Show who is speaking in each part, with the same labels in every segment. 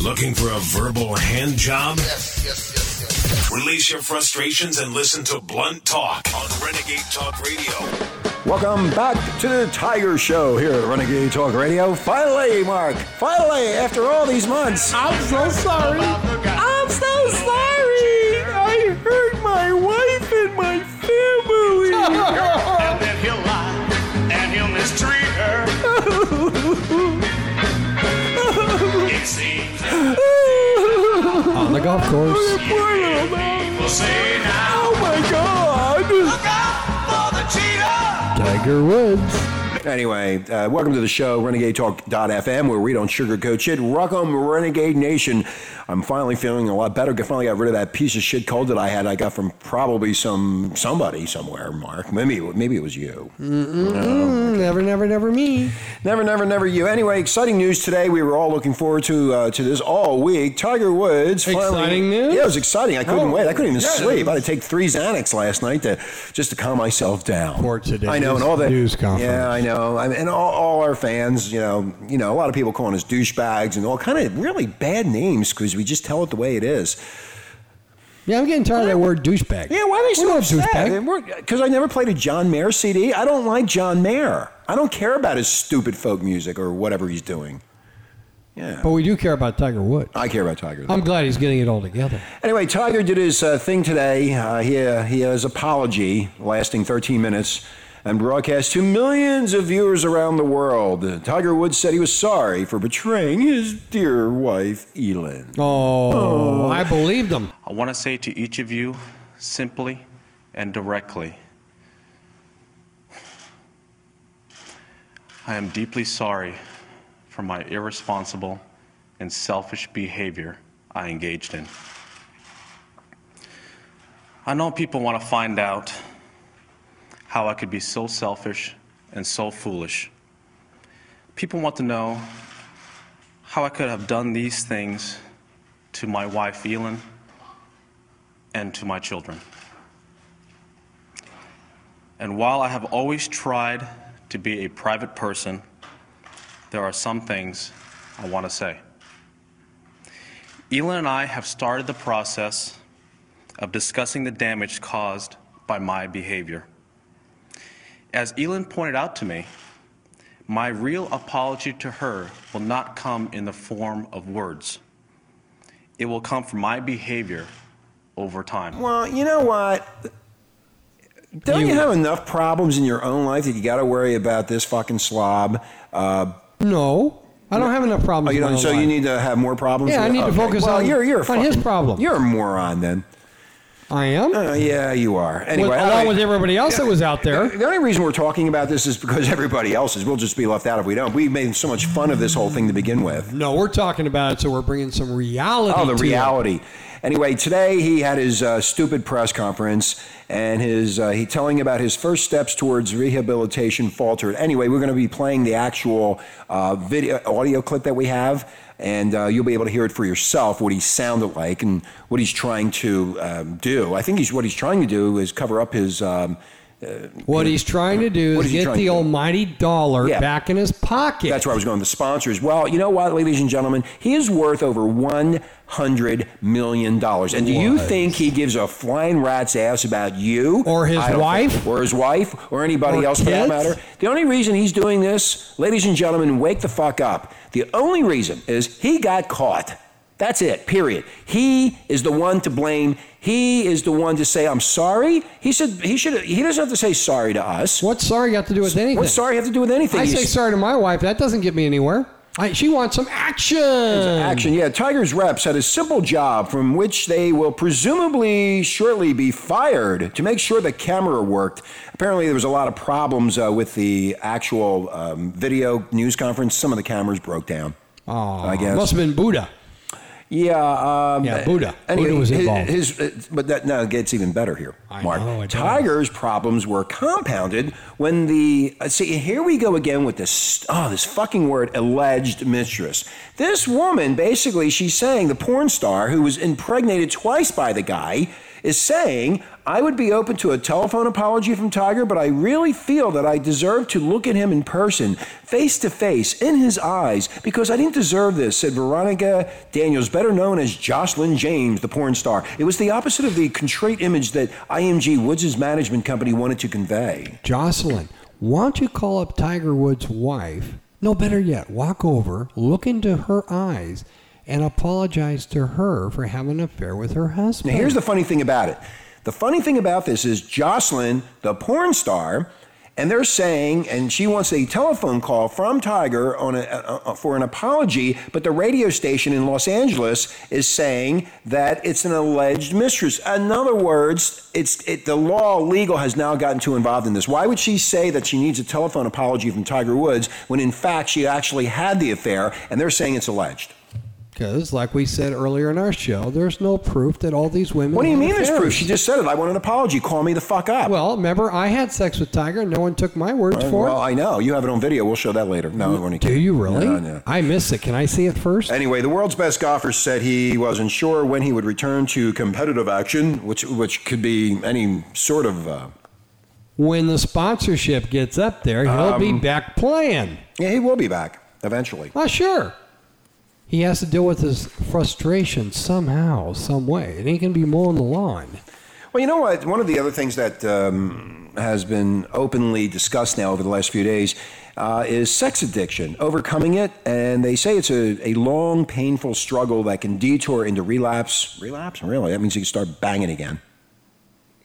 Speaker 1: Looking for a verbal hand job?
Speaker 2: Yes, yes, yes, yes.
Speaker 1: Release your frustrations and listen to Blunt Talk on Renegade Talk Radio.
Speaker 3: Welcome back to the Tiger Show here at Renegade Talk Radio. Finally, Mark. Finally, after all these months.
Speaker 4: I'm so sorry. I'm so sorry. I hurt my wife and my family.
Speaker 5: And then he'll lie and he'll mistreat her. it seems that
Speaker 4: Ah,
Speaker 6: On the golf course.
Speaker 4: Poor little man.
Speaker 5: people say now,
Speaker 4: Oh my God.
Speaker 5: look out for the cheater.
Speaker 6: Tiger Woods.
Speaker 3: Anyway, uh, welcome to the show, renegadetalk.fm, where we don't sugarcoat shit. Welcome, Renegade Nation. I'm finally feeling a lot better. Finally got rid of that piece of shit cold that I had. I got from probably some somebody somewhere, Mark. Maybe, maybe it was you.
Speaker 6: Never, never, never me.
Speaker 3: Mm, Never, never, never you. Anyway, exciting news today. We were all looking forward to uh, to this all week. Tiger Woods. Finally,
Speaker 6: Exciting news?
Speaker 3: Yeah, it was exciting. I couldn't
Speaker 6: Oh,
Speaker 3: wait. I couldn't even
Speaker 6: yeah,
Speaker 3: sleep. I
Speaker 6: it
Speaker 3: had to take three Xanax last night to just to calm myself down.
Speaker 6: For today's
Speaker 3: I know, and all the
Speaker 6: news conference.
Speaker 3: Yeah, I know. I mean, and all, all our fans, you know, you know, a lot of people calling us douchebags and all kind of really bad names because we just tell it the way it is.
Speaker 6: Yeah, I'm getting tired of that word douchebag.
Speaker 3: Yeah, why are they so
Speaker 6: We're not douchebag.
Speaker 3: upset? Because I never played a John Mayer CD. I don't like John Mayer. I don't care about his stupid folk music or whatever he's doing. Yeah.
Speaker 6: But we do care about Tiger Woods.
Speaker 3: I care about Tiger. though.
Speaker 6: I'm glad he's getting it all together.
Speaker 3: Anyway, Tiger did his uh, thing today. Uh, he, uh, he has apology lasting 13 minutes and broadcast to millions of viewers around the world. Tiger Woods said he was sorry for betraying his dear wife, Elin.
Speaker 6: Oh, I believed him.
Speaker 7: I want to say to each of you simply and directly I am deeply sorry for my irresponsible and selfish behavior I engaged in. I know people want to find out how I could be so selfish and so foolish. People want to know how I could have done these things to my wife, Elin and to my children. And while I have always tried to be a private person, there are some things I want to say. Elin and I have started the process of discussing the damage caused by my behavior. As Elin pointed out to me, my real apology to her will not come in the form of words. It will come from my behavior over time.
Speaker 3: Well, you know what? Don't you,
Speaker 6: You-
Speaker 3: have enough problems in your own life that you got to worry about this fucking slob? Uh,
Speaker 6: No, I don't have enough
Speaker 3: oh,
Speaker 6: problems.
Speaker 3: you
Speaker 6: in my
Speaker 3: don't,
Speaker 6: own
Speaker 3: so you
Speaker 6: life.
Speaker 3: need to have more problems?
Speaker 6: Yeah, I need to focus
Speaker 3: well,
Speaker 6: on-
Speaker 3: you're, you're a
Speaker 6: on his
Speaker 3: fucking-
Speaker 6: problem.
Speaker 3: You're a moron then.
Speaker 6: I am.
Speaker 3: Uh, yeah, you are. Anyway,
Speaker 6: with,
Speaker 3: I-
Speaker 6: along with everybody else that was out there.
Speaker 3: The only reason we're talking about this is because everybody else is. We'll just be left out if we don't. We made so much fun of this whole thing to begin with.
Speaker 6: No, we're talking about it, so we're bringing some reality.
Speaker 3: Oh, the
Speaker 6: to it.
Speaker 3: reality. Anyway, today he had his uh, stupid press conference and his uh, he telling about his first steps towards rehabilitation faltered. Anyway, we're going to be playing the actual uh, video audio clip that we have, and uh, you'll be able to hear it for yourself what he sounded like and what he's trying to um, do. I think he's what he's trying to do is cover up his. Um,
Speaker 6: What he's trying to do
Speaker 3: What
Speaker 6: is
Speaker 3: is he
Speaker 6: get
Speaker 3: trying to
Speaker 6: the
Speaker 3: do?
Speaker 6: almighty dollar
Speaker 3: Yeah.
Speaker 6: back in his pocket.
Speaker 3: That's where I was going. The sponsors. Well, you know what, ladies and gentlemen, he is worth over one hundred million dollars. And do you
Speaker 6: Was.
Speaker 3: think he gives a flying rat's ass about you
Speaker 6: Or his
Speaker 3: I don't
Speaker 6: wife?
Speaker 3: think- or his wife, or anybody
Speaker 6: Or
Speaker 3: else for that
Speaker 6: kids?
Speaker 3: matter? The only reason he's doing this, ladies and gentlemen, wake the fuck up. The only reason is he got caught. That's it, period. He is the one to blame. He is the one to say, I'm sorry. He said he should he doesn't have to say sorry to us.
Speaker 6: What's sorry got to do with anything?
Speaker 3: What's sorry have to do with anything?
Speaker 6: I
Speaker 3: He's-
Speaker 6: say sorry to my wife. That doesn't get me anywhere. I, she wants some action.
Speaker 3: Action, yeah. Tigers reps had a simple job from which they will presumably shortly be fired to make sure the camera worked. Apparently, there was a lot of problems uh, with the actual um, video news conference. Some of the cameras broke down.
Speaker 6: Aw,
Speaker 3: I guess.
Speaker 6: Must have been Buddha.
Speaker 3: Yeah. Um,
Speaker 6: Yeah, Buddha.
Speaker 3: Anyway,
Speaker 6: Buddha was
Speaker 3: his-
Speaker 6: involved.
Speaker 3: His, uh, but that now it gets even better here,
Speaker 6: I
Speaker 3: Mark.
Speaker 6: know, it does.
Speaker 3: Tiger's problems were compounded when the uh, see here we go again with this oh this fucking word alleged mistress. This woman basically she's saying the porn star who was impregnated twice by the guy is saying, I would be open to a telephone apology from Tiger, but I really feel that I deserve to look at him in person, face to face, in his eyes, because I didn't deserve this, said Veronica Daniels, better known as Jocelyn James, the porn star. It was the opposite of the contrite image that IMG Woods' management company wanted to convey.
Speaker 6: Jocelyn, why don't you call up Tiger Woods' wife? No, better yet, walk over, look into her eyes, and apologize to her for having an affair with her
Speaker 3: Now,
Speaker 6: husband.
Speaker 3: here's the funny thing about it. The funny thing about this is Jocelyn, the porn star, and they're saying, and she wants a telephone call from Tiger on a, uh, uh, for an apology, but the radio station in Los Angeles is saying that it's an alleged mistress. In other words, it's it, the law legal has now gotten too involved in this. Why would she say that she needs a telephone apology from Tiger Woods when in fact she actually had the affair, and they're saying it's alleged?
Speaker 6: Because, like we said earlier in our show, there's no proof that all these women.
Speaker 3: What do you
Speaker 6: had
Speaker 3: mean there's
Speaker 6: affairs.
Speaker 3: proof? She just said it. I want an apology. Call me the fuck up.
Speaker 6: Well, remember, I had sex with Tiger. No one took my words for
Speaker 3: Well,
Speaker 6: it.
Speaker 3: I know. You have it on video. We'll show that later. No, we're only
Speaker 6: Do
Speaker 3: kidding.
Speaker 6: you really?
Speaker 3: No, no.
Speaker 6: I miss it. Can I see it first?
Speaker 3: Anyway, the world's best golfer said he wasn't sure when he would return to competitive action, which which could be any sort of. Uh,
Speaker 6: When the sponsorship gets up there, he'll be
Speaker 3: Um,
Speaker 6: back playing.
Speaker 3: yeah, he will be back eventually.
Speaker 6: Well, sure. He has to deal with his frustration somehow, some way. It ain't gonna be mowing the lawn.
Speaker 3: Well, you know what? One of the other things that um, has been openly discussed now over the last few days uh, is sex addiction, overcoming it, and they say it's a, a long, painful struggle that can detour into relapse. Relapse? Really? That means you can start banging again.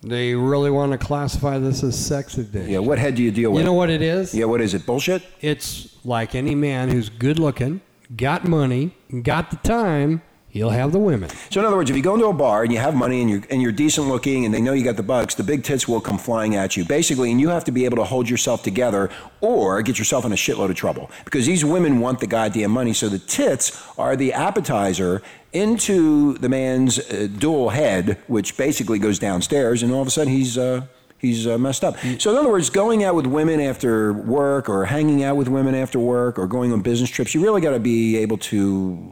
Speaker 6: They really want to classify this as sex addiction.
Speaker 3: Yeah. What head do you deal with?
Speaker 6: You know what it is?
Speaker 3: Yeah. What is it? Bullshit.
Speaker 6: It's like any man who's good looking, got money, got the time, he'll have the women.
Speaker 3: So in other words, if you go into a bar and you have money and you're and you're decent looking and they know you got the bucks, the big tits will come flying at you. Basically, and you have to be able to hold yourself together or get yourself in a shitload of trouble because these women want the goddamn money. So the tits are the appetizer into the man's uh, dual head, which basically goes downstairs, and all of a sudden he's. Uh, He's uh, messed up. So, in other words, going out with women after work or hanging out with women after work or going on business trips, you really got to be able to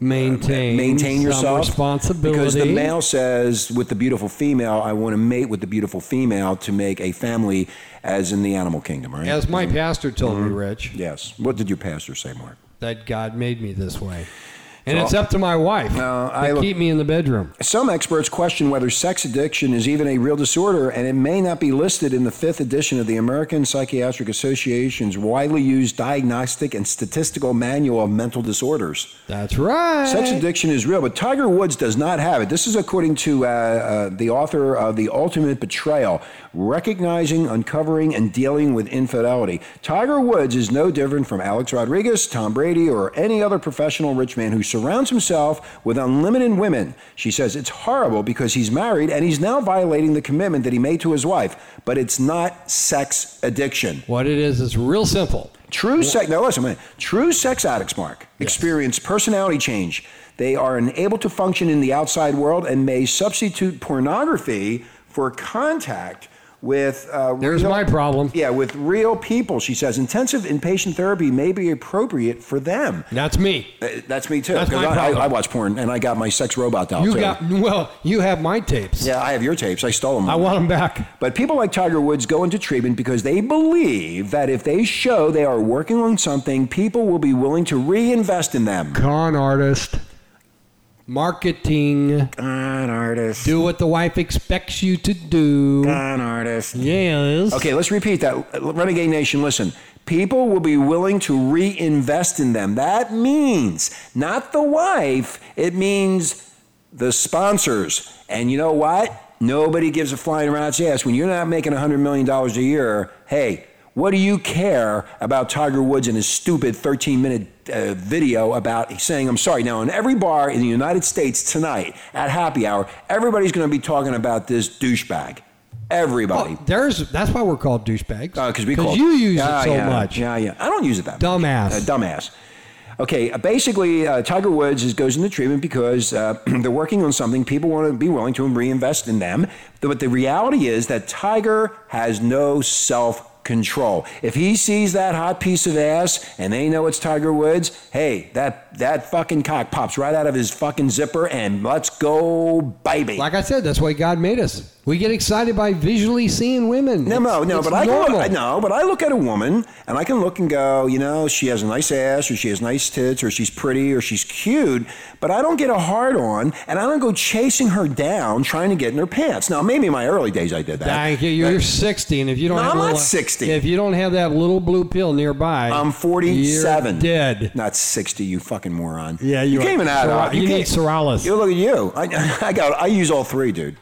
Speaker 6: Maintain
Speaker 3: maintain
Speaker 6: some
Speaker 3: yourself
Speaker 6: responsibility.
Speaker 3: because the male says with the beautiful female i want to mate with the beautiful female to make a family as in the animal kingdom right
Speaker 6: As my pastor told
Speaker 3: Mm-hmm.
Speaker 6: me, Rich,
Speaker 3: yes what did your pastor say mark
Speaker 6: that God made me this way. And it's up to my wife
Speaker 3: No,
Speaker 6: to
Speaker 3: I look-
Speaker 6: keep me in the bedroom.
Speaker 3: some experts question whether sex addiction is even a real disorder and it may not be listed in the fifth edition of the american psychiatric association's widely used diagnostic and statistical manual of mental disorders
Speaker 6: That's right.
Speaker 3: Sex addiction is real, but Tiger Woods does not have it. This is according to uh, uh, the author of The Ultimate Betrayal Recognizing, Uncovering, and Dealing with Infidelity. Tiger Woods is no different from Alex Rodriguez, Tom Brady, or any other professional rich man who surrounds himself with unlimited women. She says it's horrible because he's married and he's now violating the commitment that he made to his wife, but it's not sex addiction.
Speaker 6: What it is, it's real simple.
Speaker 3: True sex. Now listen, man. True sex addicts, Mark, experience personality change. They are unable to function in the outside world and may substitute pornography for contact with. Uh,
Speaker 6: There's
Speaker 3: real-
Speaker 6: my problem.
Speaker 3: Yeah, with real people. She says intensive inpatient therapy may be appropriate for them.
Speaker 6: That's me.
Speaker 3: Uh, That's me too.
Speaker 6: That's
Speaker 3: 'cause
Speaker 6: my
Speaker 3: I, I,
Speaker 6: problem.
Speaker 3: I watch porn and I got my sex robot doll
Speaker 6: You
Speaker 3: too.
Speaker 6: got well. You have my tapes.
Speaker 3: yeah, I have your tapes. I stole them.
Speaker 6: I want them back.
Speaker 3: But people like Tiger Woods go into treatment because they believe that if they show they are working on something, people will be willing to reinvest in them.
Speaker 6: Con artist, marketing.
Speaker 3: Con artist.
Speaker 6: Do what the wife expects you to do.
Speaker 3: Con artist.
Speaker 6: Yes.
Speaker 3: Okay, let's repeat that. Renegade Nation, listen. People will be willing to reinvest in them. That means not the wife, it means the sponsors. And you know what? Nobody gives a flying rat's ass. When you're not making $100 million a year, hey, what do you care about Tiger Woods and his stupid 13 minute uh, video about saying, I'm sorry? Now, in every bar in the United States tonight at happy hour, everybody's going to be talking about this douchebag. Everybody.
Speaker 6: Oh, there's that's why we're called douchebags.
Speaker 3: Because Uh, we call
Speaker 6: you use it
Speaker 3: Ah,
Speaker 6: so
Speaker 3: yeah,
Speaker 6: much.
Speaker 3: Yeah, yeah. I don't use it that
Speaker 6: Dumbass.
Speaker 3: much. Uh, dumbass. Okay, uh, basically, uh, Tiger Woods is, goes into treatment because uh, they're working on something. People want to be willing to reinvest in them. But the reality is that Tiger has no self control. If he sees that hot piece of ass and they know it's Tiger Woods, hey, that that fucking cock pops right out of his fucking zipper and let's go, baby.
Speaker 6: Like I said, that's why God made us. We get excited by visually seeing women.
Speaker 3: No, no,
Speaker 6: It's-
Speaker 3: no.
Speaker 6: it's
Speaker 3: But I can
Speaker 6: normal.
Speaker 3: look, no, but I look at a woman and I can look and go, you know, she has a nice ass, or she has nice tits, or she's pretty, or she's cute. But I don't get a hard on, and I don't go chasing her down trying to get in her pants. Now, maybe in my early days I did that.
Speaker 6: Thank you. You're 60, and if you don't,
Speaker 3: No,
Speaker 6: have
Speaker 3: I'm
Speaker 6: a
Speaker 3: not
Speaker 6: little-
Speaker 3: 60.
Speaker 6: If you don't have that little blue pill nearby,
Speaker 3: I'm 47.
Speaker 6: You're dead.
Speaker 3: Not 60, you fucking moron.
Speaker 6: Yeah, you
Speaker 3: you
Speaker 6: are.
Speaker 3: can't even add
Speaker 6: Sora-
Speaker 3: up.
Speaker 6: you
Speaker 3: can't-
Speaker 6: need Sorales.
Speaker 3: You look at you. I, I got. I use all three, dude.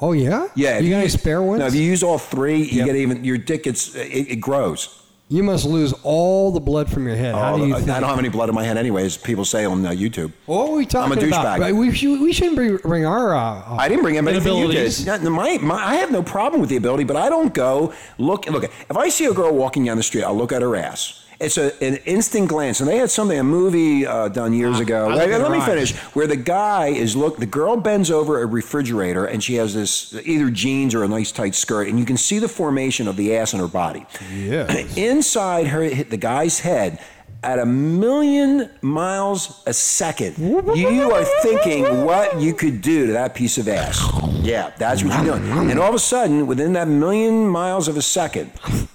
Speaker 6: Oh yeah.
Speaker 3: Yeah. if
Speaker 6: You got any spare ones?
Speaker 3: No, if you use all three, you
Speaker 6: Yep.
Speaker 3: get even. Your dick gets. It, it grows.
Speaker 6: You must lose all the blood from your head. How
Speaker 3: Oh,
Speaker 6: do you
Speaker 3: I
Speaker 6: think?
Speaker 3: don't have any blood in my head, anyway, as people say on uh, YouTube.
Speaker 6: What were we talking about?
Speaker 3: douchebag.
Speaker 6: Right, We, should, we shouldn't bring, bring our. Uh,
Speaker 3: I didn't bring him anything you did.
Speaker 6: inabilities.
Speaker 3: Yeah, My, my, I have no problem with the ability, but I don't go look. Look, if I see a girl walking down the street, I'll look at her ass. It's a, an instant glance, and they had something a movie uh, done years ago.
Speaker 6: Ah, I
Speaker 3: Wait,
Speaker 6: look at
Speaker 3: let
Speaker 6: her
Speaker 3: me
Speaker 6: eyes.
Speaker 3: finish. Where the guy is look, the girl bends over a refrigerator, and she has this either jeans or a nice tight skirt, and you can see the formation of the ass in her body.
Speaker 6: Yes.
Speaker 3: Inside her, hit the guy's head. At a million miles a second, you are thinking what you could do to that piece of ass. Yeah, that's what you're doing. And all of a sudden, within that million miles of a second,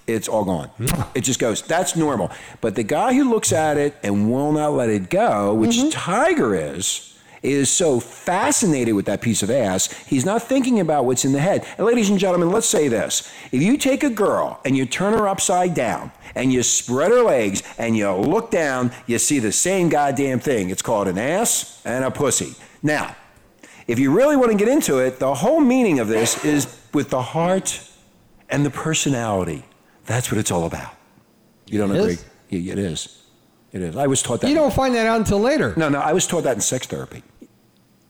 Speaker 3: it's all gone. It just goes. That's normal. But the guy who looks at it and will not let it go, which Tiger is, is so fascinated with that piece of ass, he's not thinking about what's in the head. And ladies and gentlemen, let's say this. If you take a girl and you turn her upside down and you spread her legs and you look down, you see the same goddamn thing. It's called an ass and a pussy. Now, if you really want to get into it, the whole meaning of this is with the heart and the personality. That's what it's all about. You don't
Speaker 6: It
Speaker 3: agree?
Speaker 6: is?
Speaker 3: Yeah, It is. It is. I was taught that.
Speaker 6: You don't find that out until later.
Speaker 3: no, no, I was taught that in sex therapy.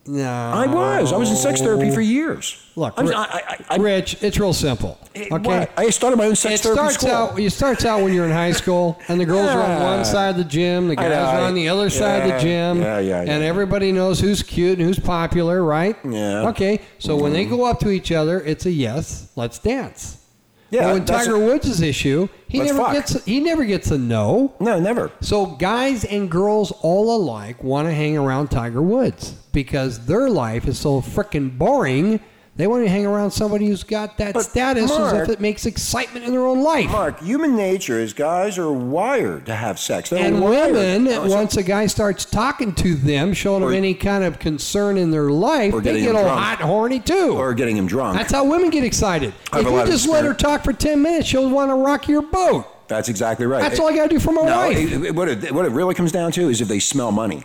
Speaker 6: No.
Speaker 3: I was. I was in sex therapy for years.
Speaker 6: Oh. Look,
Speaker 3: I'm,
Speaker 6: Ri-
Speaker 3: I, I, I,
Speaker 6: Rich, it's real simple.
Speaker 3: it-
Speaker 6: Okay.
Speaker 3: what? I started my own sex
Speaker 6: It
Speaker 3: therapy
Speaker 6: starts
Speaker 3: school.
Speaker 6: out. It starts out when you're in high school, and the girls are on
Speaker 3: Yeah.
Speaker 6: one side of the gym, the
Speaker 3: I
Speaker 6: guys are
Speaker 3: know.
Speaker 6: on the other side of the
Speaker 3: Yeah.
Speaker 6: gym,
Speaker 3: Yeah, yeah, yeah.
Speaker 6: and everybody knows who's cute and who's popular, right?
Speaker 3: Yeah.
Speaker 6: Okay. So when they go up to each other, it's a yes, let's dance.
Speaker 3: yeah,
Speaker 6: But when
Speaker 3: that's-
Speaker 6: Tiger Woods' issue, he
Speaker 3: Let's
Speaker 6: never
Speaker 3: fuck.
Speaker 6: gets he never gets a no.
Speaker 3: No, never.
Speaker 6: So guys and girls all alike want to hang around Tiger Woods because their life is so frickin' boring. They want to hang around somebody who's got that
Speaker 3: But
Speaker 6: status as
Speaker 3: Mark-
Speaker 6: if it makes excitement in their own life.
Speaker 3: Mark, human nature is guys are wired to have sex. They're
Speaker 6: and
Speaker 3: wired.
Speaker 6: women,
Speaker 3: Oh, so-
Speaker 6: once a guy starts talking to them, showing
Speaker 3: Or-
Speaker 6: them any kind of concern in their life,
Speaker 3: Or
Speaker 6: they
Speaker 3: getting
Speaker 6: get
Speaker 3: them
Speaker 6: all
Speaker 3: drunk.
Speaker 6: hot, horny too.
Speaker 3: or getting him drunk.
Speaker 6: That's how women get excited.
Speaker 3: I have
Speaker 6: if
Speaker 3: a
Speaker 6: you
Speaker 3: lot of
Speaker 6: just let her
Speaker 3: experience.
Speaker 6: talk for ten minutes, she'll want to rock your boat.
Speaker 3: That's exactly right.
Speaker 6: That's all I gotta do for my
Speaker 3: no,
Speaker 6: wife.
Speaker 3: it- it- what, it, what it really comes down to is if they smell money.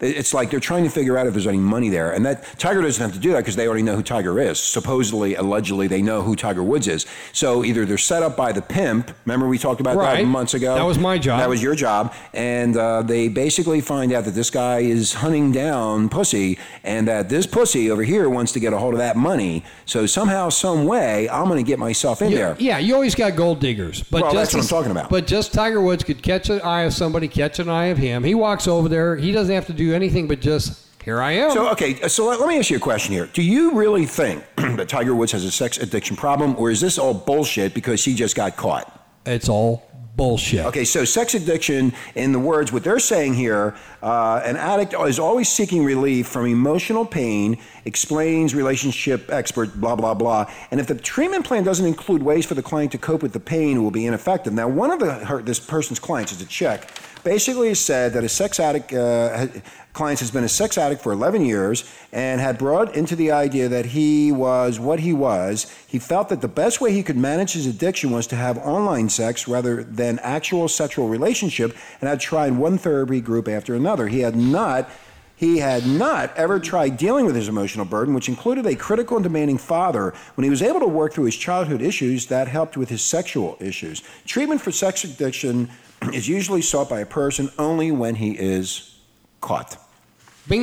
Speaker 3: They- It's like they're trying to figure out if there's any money there, and that Tiger doesn't have to do that because they already know who Tiger is. Supposedly, allegedly, they know who Tiger Woods is. So either they're set up by the pimp. Remember we talked about
Speaker 6: Right.
Speaker 3: that months ago.
Speaker 6: That was my job.
Speaker 3: That was your job, and uh, they basically find out that this guy is hunting down pussy, and that this pussy over here wants to get a hold of that money. So somehow, some way, I'm going to get myself in
Speaker 6: You-
Speaker 3: there.
Speaker 6: Yeah, you always got gold diggers. But
Speaker 3: Well,
Speaker 6: just
Speaker 3: that's what I'm
Speaker 6: as-
Speaker 3: talking about.
Speaker 6: But just Tiger Woods could catch an eye of somebody, catch an eye of him. He walks over there. He doesn't have to do anything but just here I am.
Speaker 3: So uh, okay, so let, let me ask you a question here. Do you really think that Tiger Woods has a sex addiction problem, or is this all bullshit because he just got caught?
Speaker 6: it's all bullshit.
Speaker 3: Okay, so sex addiction, in the words what they're saying here, uh, an addict is always seeking relief from emotional pain, explains relationship expert, blah, blah, blah. And if the treatment plan doesn't include ways for the client to cope with the pain, it will be ineffective. Now, one of the, her, this person's clients is a chick. Basically, said that a sex addict uh, ha- clients has been a sex addict for 11 years and had brought into the idea that he was what he was. He felt that the best way he could manage his addiction was to have online sex rather than actual sexual relationship and had tried one therapy group after another. He had not he had not ever tried dealing with his emotional burden, which included a critical and demanding father. When he was able to work through his childhood issues, that helped with his sexual issues. Treatment for sex addiction is usually sought by a person only when he is caught.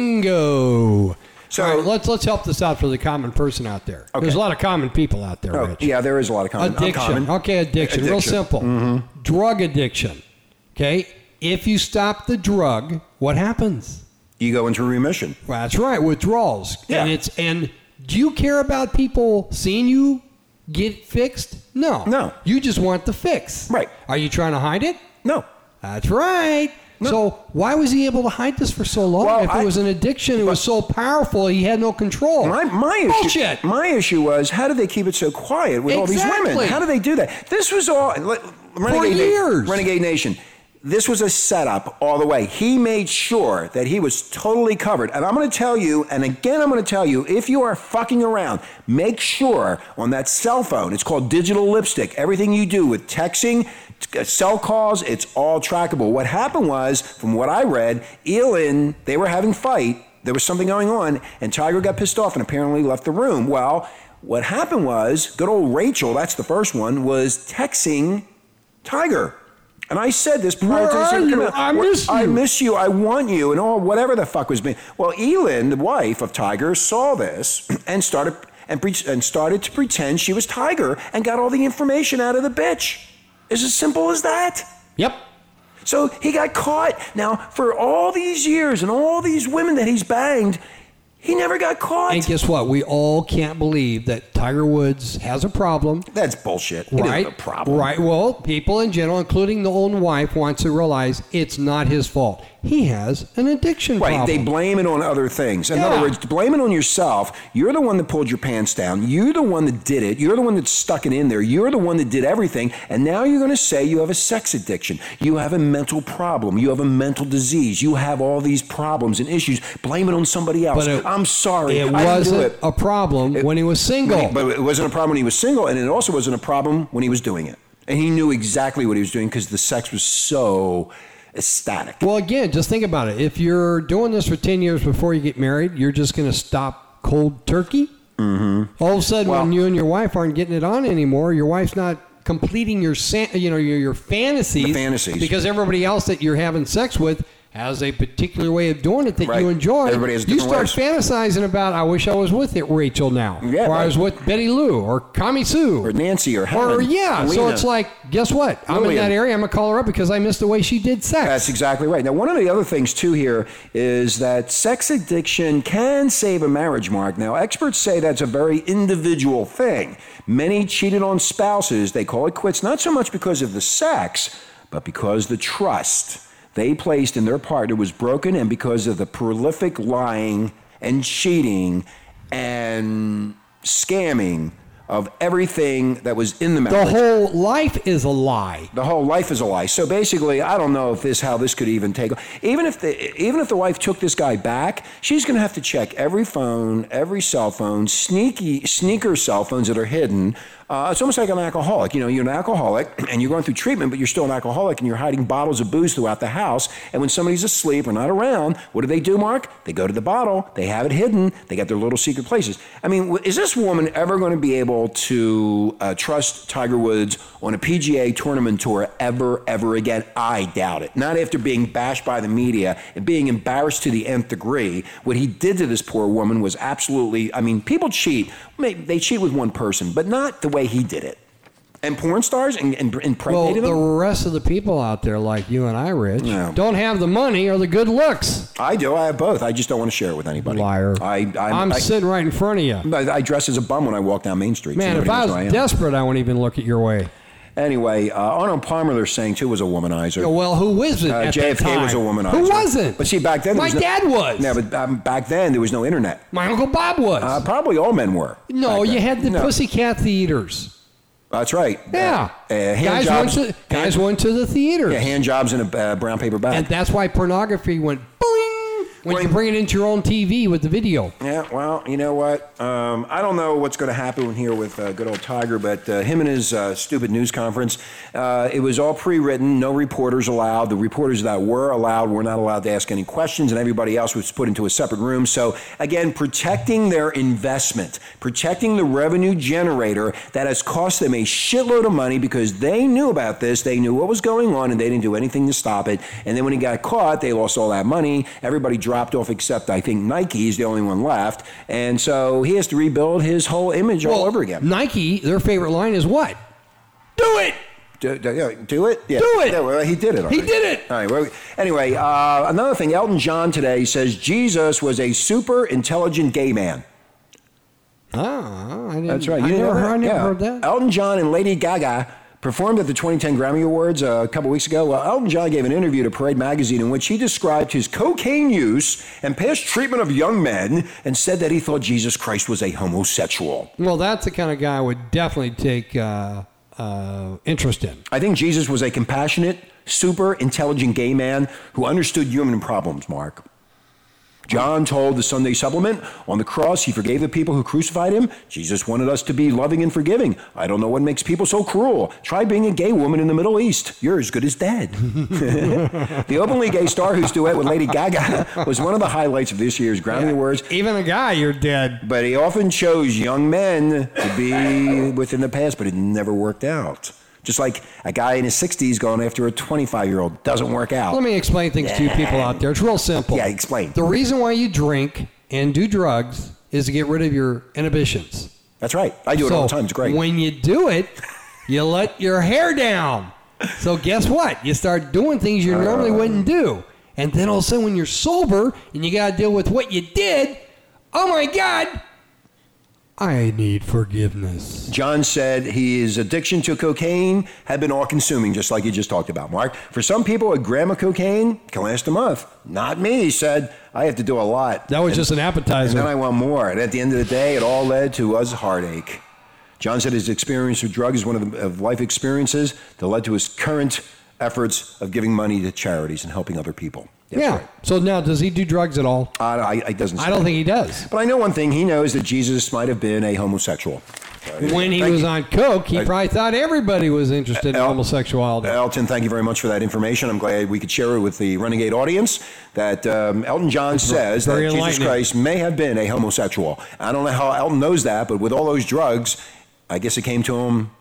Speaker 6: Bingo.
Speaker 3: So-
Speaker 6: All right, let's let's help this out for the common person out there. There's a lot of common people out there,
Speaker 3: Oh,
Speaker 6: Rich.
Speaker 3: yeah, there is a lot of common.
Speaker 6: Addiction.
Speaker 3: uncommon.
Speaker 6: Okay, addiction. Real
Speaker 3: Addiction. Mm-hmm.
Speaker 6: simple. Drug addiction. Okay. If you stop the drug, what happens?
Speaker 3: You go into remission.
Speaker 6: Well, that's right, withdrawals.
Speaker 3: Yeah.
Speaker 6: And it's and do you care about people seeing you get fixed? No.
Speaker 3: No.
Speaker 6: You just want the fix.
Speaker 3: Right.
Speaker 6: Are you trying to hide it?
Speaker 3: No.
Speaker 6: That's right. So why was he able to hide this for so long?
Speaker 3: Well,
Speaker 6: if it
Speaker 3: I-
Speaker 6: was an addiction, it was so powerful he had no control.
Speaker 3: My, my
Speaker 6: Oh. Bullshit.
Speaker 3: issue. My issue was how do they keep it so quiet with all these
Speaker 6: Exactly.
Speaker 3: women? How do they do that? This was all le- Renegade Na-
Speaker 6: years.
Speaker 3: Renegade Nation. This was a setup all the way. He made sure that he was totally covered. And I'm going to tell you, and again, I'm going to tell you, if you are fucking around, make sure on that cell phone, it's called digital lipstick. Everything you do with texting, t- uh, cell calls, it's all trackable. What happened was, from what I read, Elin, they were having fight there was something going on, and Tiger got pissed off and apparently left the room. Well, what happened was, good old Rachel, that's the first one, was texting Tiger. And I said this prior
Speaker 6: Where
Speaker 3: to this
Speaker 6: are
Speaker 3: even
Speaker 6: you?
Speaker 3: coming out.
Speaker 6: I
Speaker 3: Where-
Speaker 6: miss
Speaker 3: I
Speaker 6: you.
Speaker 3: miss you. I want you. And all whatever the fuck was being. Well, Elin, the wife of Tiger, saw this and started and, pre- and started to pretend she was Tiger and got all the information out of the bitch. It's as simple as that.
Speaker 6: Yep.
Speaker 3: So he got caught. Now, for all these years and all these women that he's banged, he never got caught.
Speaker 6: And guess what? We all can't believe that Tiger Woods has a problem.
Speaker 3: That's bullshit. He didn't
Speaker 6: Right.
Speaker 3: have a problem.
Speaker 6: Right. Well, people in general, including the own wife, wants to realize it's not his fault. He has an addiction
Speaker 3: Right,
Speaker 6: problem.
Speaker 3: they blame it on other things. In other
Speaker 6: Yeah.
Speaker 3: words, blame it on yourself. You're the one that pulled your pants down. You're the one that did it. You're the one that stuck it in there. You're the one that did everything. And now you're going to say you have a sex addiction. You have a mental problem. You have a mental disease. You have all these problems and issues. Blame it on somebody else.
Speaker 6: But it-
Speaker 3: I'm sorry.
Speaker 6: It
Speaker 3: I didn't do
Speaker 6: wasn't
Speaker 3: it.
Speaker 6: a problem when he was single.
Speaker 3: Right, But it wasn't a problem when he was single, and it also wasn't a problem when he was doing it. And he knew exactly what he was doing because the sex was so ecstatic.
Speaker 6: Well, again, just think about it. If you're doing this for 10 years before you get married, you're just going to stop cold turkey? Mm-hmm. All of a sudden,
Speaker 3: Well-
Speaker 6: when you and your wife aren't getting it on anymore, your wife's not completing your, san- you know, your, your fantasies.
Speaker 3: The fantasies.
Speaker 6: Because everybody else that you're having sex with has a particular way of doing it that
Speaker 3: Right.
Speaker 6: you enjoy.
Speaker 3: Everybody has
Speaker 6: you
Speaker 3: different
Speaker 6: start fantasizing about, I wish I was with it, Rachel now.
Speaker 3: Yeah,
Speaker 6: or I
Speaker 3: right.
Speaker 6: was with Betty Lou or Kami Sue.
Speaker 3: or Nancy or Helen.
Speaker 6: Or yeah, so
Speaker 3: Lena.
Speaker 6: it's like, guess what? I'm in
Speaker 3: Lillian.
Speaker 6: that area. I'm gonna call her up because I missed the way she did sex.
Speaker 3: That's exactly right. Now, one of the other things, too, here is that sex addiction can save a marriage, Mark. Now, experts say that's a very individual thing. Many cheated on spouses, they call it quits, not so much because of the sex, but because the trust they placed in their partner was broken and because of the prolific lying and cheating and scamming of everything that was in the marriage.
Speaker 6: The whole life is a lie.
Speaker 3: The whole life is a lie. So basically, I don't know if this how this could even take. Even if the even if the wife took this guy back, she's going to have to check every phone, every cell phone, sneaky sneaker cell phones that are hidden. Uh, it's almost like an alcoholic. You know, you're an alcoholic and you're going through treatment, but you're still an alcoholic and you're hiding bottles of booze throughout the house. And when somebody's asleep or not around, what do they do, Mark? They go to the bottle. They have it hidden. They got their little secret places. I mean, w- is this woman ever going to be able to uh, trust Tiger Woods on a PGA tournament tour ever, ever again? I doubt it. Not after being bashed by the media and being embarrassed to the nth degree. What he did to this poor woman was absolutely, I mean, people cheat. May- They cheat with one person, but not the way he did it. And porn stars and, and
Speaker 6: Well,
Speaker 3: impregnated
Speaker 6: the
Speaker 3: him?
Speaker 6: rest of the people out there, like you and I, Rich,
Speaker 3: Yeah.
Speaker 6: don't have the money or the good looks.
Speaker 3: I do. I have both. I just don't want to share it with anybody.
Speaker 6: Liar.
Speaker 3: I, I'm,
Speaker 6: I'm
Speaker 3: I-
Speaker 6: sitting right in front of you.
Speaker 3: I, I dress as a bum when I walk down Main Street.
Speaker 6: Man,
Speaker 3: so
Speaker 6: if
Speaker 3: nobody
Speaker 6: I
Speaker 3: knows who
Speaker 6: was
Speaker 3: am.
Speaker 6: desperate, I wouldn't even look at your way.
Speaker 3: Anyway, uh, Arnold Palmer saying too was a womanizer.
Speaker 6: Yeah, Well, who wasn't?
Speaker 3: Uh,
Speaker 6: at
Speaker 3: JFK
Speaker 6: that time?
Speaker 3: was a womanizer.
Speaker 6: Who wasn't?
Speaker 3: But see, back then there
Speaker 6: my
Speaker 3: was no-
Speaker 6: dad was.
Speaker 3: yeah, but um, back then there was no internet.
Speaker 6: my uncle Bob was.
Speaker 3: Uh, probably all men were.
Speaker 6: no,
Speaker 3: back
Speaker 6: you
Speaker 3: then.
Speaker 6: had the
Speaker 3: No.
Speaker 6: Pussycat Theaters.
Speaker 3: That's right.
Speaker 6: Yeah,
Speaker 3: Uh, uh, hand
Speaker 6: guys
Speaker 3: jobs.
Speaker 6: went to guys went to the theaters.
Speaker 3: yeah, hand jobs in a uh, brown paper bag.
Speaker 6: And that's why pornography went boing when you
Speaker 3: Boing.
Speaker 6: bring it into your own TV with the video.
Speaker 3: Yeah, well, you know what? Um, I don't know what's going to happen here with uh, good old Tiger, but uh, him and his uh, stupid news conference, uh, it was all pre written, no reporters allowed. The reporters that were allowed were not allowed to ask any questions, and everybody else was put into a separate room. So, again, protecting their investment, protecting the revenue generator that has cost them a shitload of money because they knew about this, they knew what was going on, and they didn't do anything to stop it. And then when he got caught, they lost all that money. Everybody dropped off except, I think, Nike is the only one left. And so he has to rebuild his whole image all over again.
Speaker 6: Nike, their favorite line is what? Do it.
Speaker 3: Do, do- yeah, do it? Yeah.
Speaker 6: Do it!
Speaker 3: Yeah, well, he did it. Already.
Speaker 6: did it!
Speaker 3: All right. Well, anyway, uh, another thing Elton John today says Jesus was a super intelligent gay man.
Speaker 6: Oh, I didn't,
Speaker 3: That's right.
Speaker 6: I
Speaker 3: didn't know
Speaker 6: never,
Speaker 3: that?
Speaker 6: I never
Speaker 3: Yeah.
Speaker 6: heard that.
Speaker 3: Elton John and Lady Gaga performed at the 2010 Grammy Awards uh, a couple weeks ago. Well, Elton John gave an interview to Parade Magazine in which he described his cocaine use and past treatment of young men and said that he thought Jesus Christ was a homosexual.
Speaker 6: Well, that's the kind of guy I would definitely take uh, uh, interest in.
Speaker 3: I think Jesus was a compassionate, super intelligent gay man who understood human problems, Mark. John told the Sunday supplement on the cross, he forgave the people who crucified him. Jesus wanted us to be loving and forgiving. I don't know what makes people so cruel. Try being a gay woman in the Middle East. You're as good as dead. the openly gay star whose duet with Lady Gaga was one of the highlights of this year's Grammy Awards.
Speaker 6: Even a guy, you're dead.
Speaker 3: But he often chose young men to be within the past, but it never worked out. Just like a guy in his 60s going after a 25 year old doesn't work out.
Speaker 6: Let me explain things to you people out there. It's real simple.
Speaker 3: Yeah, explain.
Speaker 6: The reason why you drink and do drugs is to get rid of your inhibitions.
Speaker 3: That's right. I do it all the time. It's great.
Speaker 6: When you do it, you let your hair down. So guess what? You start doing things you normally
Speaker 3: Uh.
Speaker 6: wouldn't do. And then all of a sudden, when you're sober and you got to deal with what you did, oh my God, I need forgiveness.
Speaker 3: John said his addiction to cocaine had been all consuming, just like you just talked about, Mark. For some people, a gram of cocaine can last a month. Not me, he said. I have to do a lot.
Speaker 6: That was just an
Speaker 3: And then I
Speaker 6: appetizer.
Speaker 3: want more. And at the end of the day, it all led to us heartache. John said his experience with drugs is one of, the, of life experiences that led to his current efforts of giving money to charities and helping other people. That's
Speaker 6: yeah.
Speaker 3: right.
Speaker 6: So now, does he do drugs at all?
Speaker 3: I, I, it doesn't.
Speaker 6: I don't think he does.
Speaker 3: But I know one thing. He knows that Jesus might have been a homosexual.
Speaker 6: When he
Speaker 3: Uh, Thank
Speaker 6: was
Speaker 3: you.
Speaker 6: on coke, he
Speaker 3: Uh,
Speaker 6: probably thought everybody was interested in
Speaker 3: Al-
Speaker 6: homosexuality.
Speaker 3: Elton, thank you very much for that information. I'm glad we could share it with the Renegade audience. That um, Elton John says that
Speaker 6: very
Speaker 3: Jesus
Speaker 6: enlightening.
Speaker 3: Christ may have been a homosexual. I don't know how Elton knows that, but with all those drugs, I guess it came to him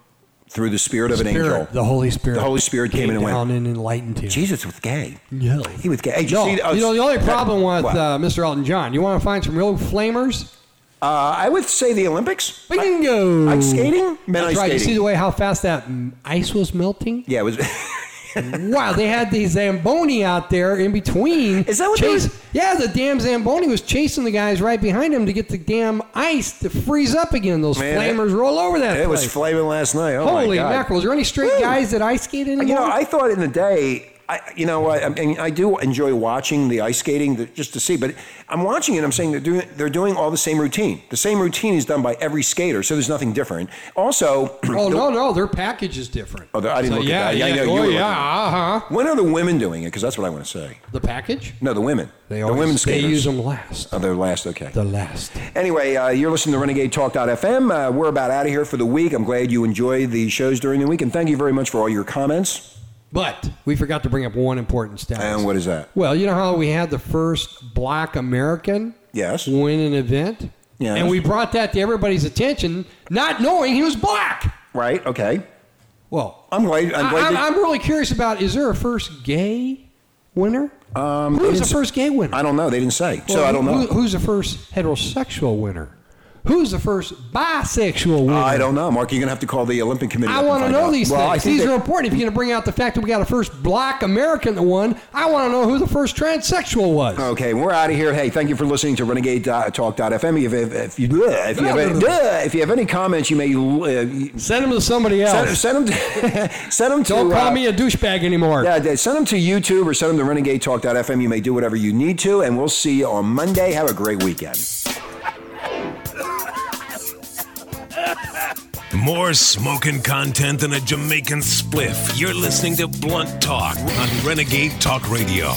Speaker 3: through the spirit of an
Speaker 6: Spirit,
Speaker 3: angel.
Speaker 6: The Holy Spirit.
Speaker 3: The Holy Spirit came in and went.
Speaker 6: down and enlightened him.
Speaker 3: Jesus was gay.
Speaker 6: No.
Speaker 3: He was gay. Hey, did you
Speaker 6: No,
Speaker 3: see- oh,
Speaker 6: you know, the only problem with
Speaker 3: What?
Speaker 6: uh, Mr. Elton John, you want to find some real flamers?
Speaker 3: Uh, I would say the Olympics.
Speaker 6: Bingo!
Speaker 3: Ice skating? Men
Speaker 6: That's
Speaker 3: ice
Speaker 6: right. You see
Speaker 3: skating.
Speaker 6: the way how fast that mm, ice was melting?
Speaker 3: yeah, it was.
Speaker 6: Wow, they had the Zamboni out there in between.
Speaker 3: Is that what they was-
Speaker 6: Yeah, the damn Zamboni was chasing the guys right behind him to get the damn ice to freeze up again. Those
Speaker 3: Man, it-
Speaker 6: flamers roll over that
Speaker 3: it was
Speaker 6: place.
Speaker 3: flaming last night. Oh my
Speaker 6: Holy
Speaker 3: God.
Speaker 6: mackerel. Is there any straight
Speaker 3: Woo.
Speaker 6: guys that ice skate anymore?
Speaker 3: You know, I thought in the day, I, you know, I, I, mean, I do enjoy watching the ice skating to, just to see, but I'm watching it. I'm saying they're doing they're doing all the same routine. The same routine is done by every skater, so there's nothing different. Also,
Speaker 6: oh,
Speaker 3: the-
Speaker 6: no, no. Their package is different.
Speaker 3: Oh, I didn't
Speaker 6: so,
Speaker 3: look at
Speaker 6: yeah,
Speaker 3: that. Yeah, I
Speaker 6: Yeah,
Speaker 3: know you
Speaker 6: oh,
Speaker 3: were looking.
Speaker 6: yeah. Uh huh.
Speaker 3: when are the women doing it? Because that's what I want to say.
Speaker 6: The package?
Speaker 3: No, the women.
Speaker 6: They
Speaker 3: the
Speaker 6: always,
Speaker 3: women skaters.
Speaker 6: They use them last.
Speaker 3: Oh, they're last. Okay.
Speaker 6: The last.
Speaker 3: Anyway, uh, you're listening to Renegade Talk.fm. Uh, we're about out of here for the week. I'm glad you enjoy the shows during the week, and thank you very much for all your comments.
Speaker 6: But we forgot to bring up one important stat.
Speaker 3: And what is that?
Speaker 6: Well, you know how we had the first black American
Speaker 3: Yes.
Speaker 6: win an event?
Speaker 3: Yes.
Speaker 6: And we brought that to everybody's attention, not knowing he was black.
Speaker 3: Right. Okay.
Speaker 6: Well,
Speaker 3: I'm glad. I'm glad.
Speaker 6: I, am
Speaker 3: that-
Speaker 6: I'm really curious about is there a first gay winner? Um, who's the
Speaker 3: it's-
Speaker 6: first gay winner?
Speaker 3: I don't know. They didn't say, so
Speaker 6: Well,
Speaker 3: I don't know.
Speaker 6: who- who's the first heterosexual winner? Who's the first bisexual winner?
Speaker 3: I don't know, Mark. You're gonna have to call the Olympic Committee.
Speaker 6: I
Speaker 3: up and
Speaker 6: want to
Speaker 3: find
Speaker 6: know
Speaker 3: out.
Speaker 6: these
Speaker 3: well, I
Speaker 6: things.
Speaker 3: think
Speaker 6: These
Speaker 3: they-
Speaker 6: are important. If you're going to bring out the fact that we got a first black American that won, I want to know who the first transsexual was.
Speaker 3: Okay, we're out of here. Hey, thank you for listening to Renegade uh, Talk.fm. If, if, if, you, bleh, if, you have, any- bleh, if you have any comments, you may uh,
Speaker 6: Send him to somebody else.
Speaker 3: send, send them. To, send them to.
Speaker 6: Don't call
Speaker 3: uh,
Speaker 6: me a douchebag anymore.
Speaker 3: Yeah, they- send them to YouTube or send them to Renegade Talk.fm. You may do whatever you need to, and we'll see you on Monday. Have a great weekend.
Speaker 1: More smoking content than a Jamaican spliff. You're listening to Blunt Talk on Renegade Talk Radio.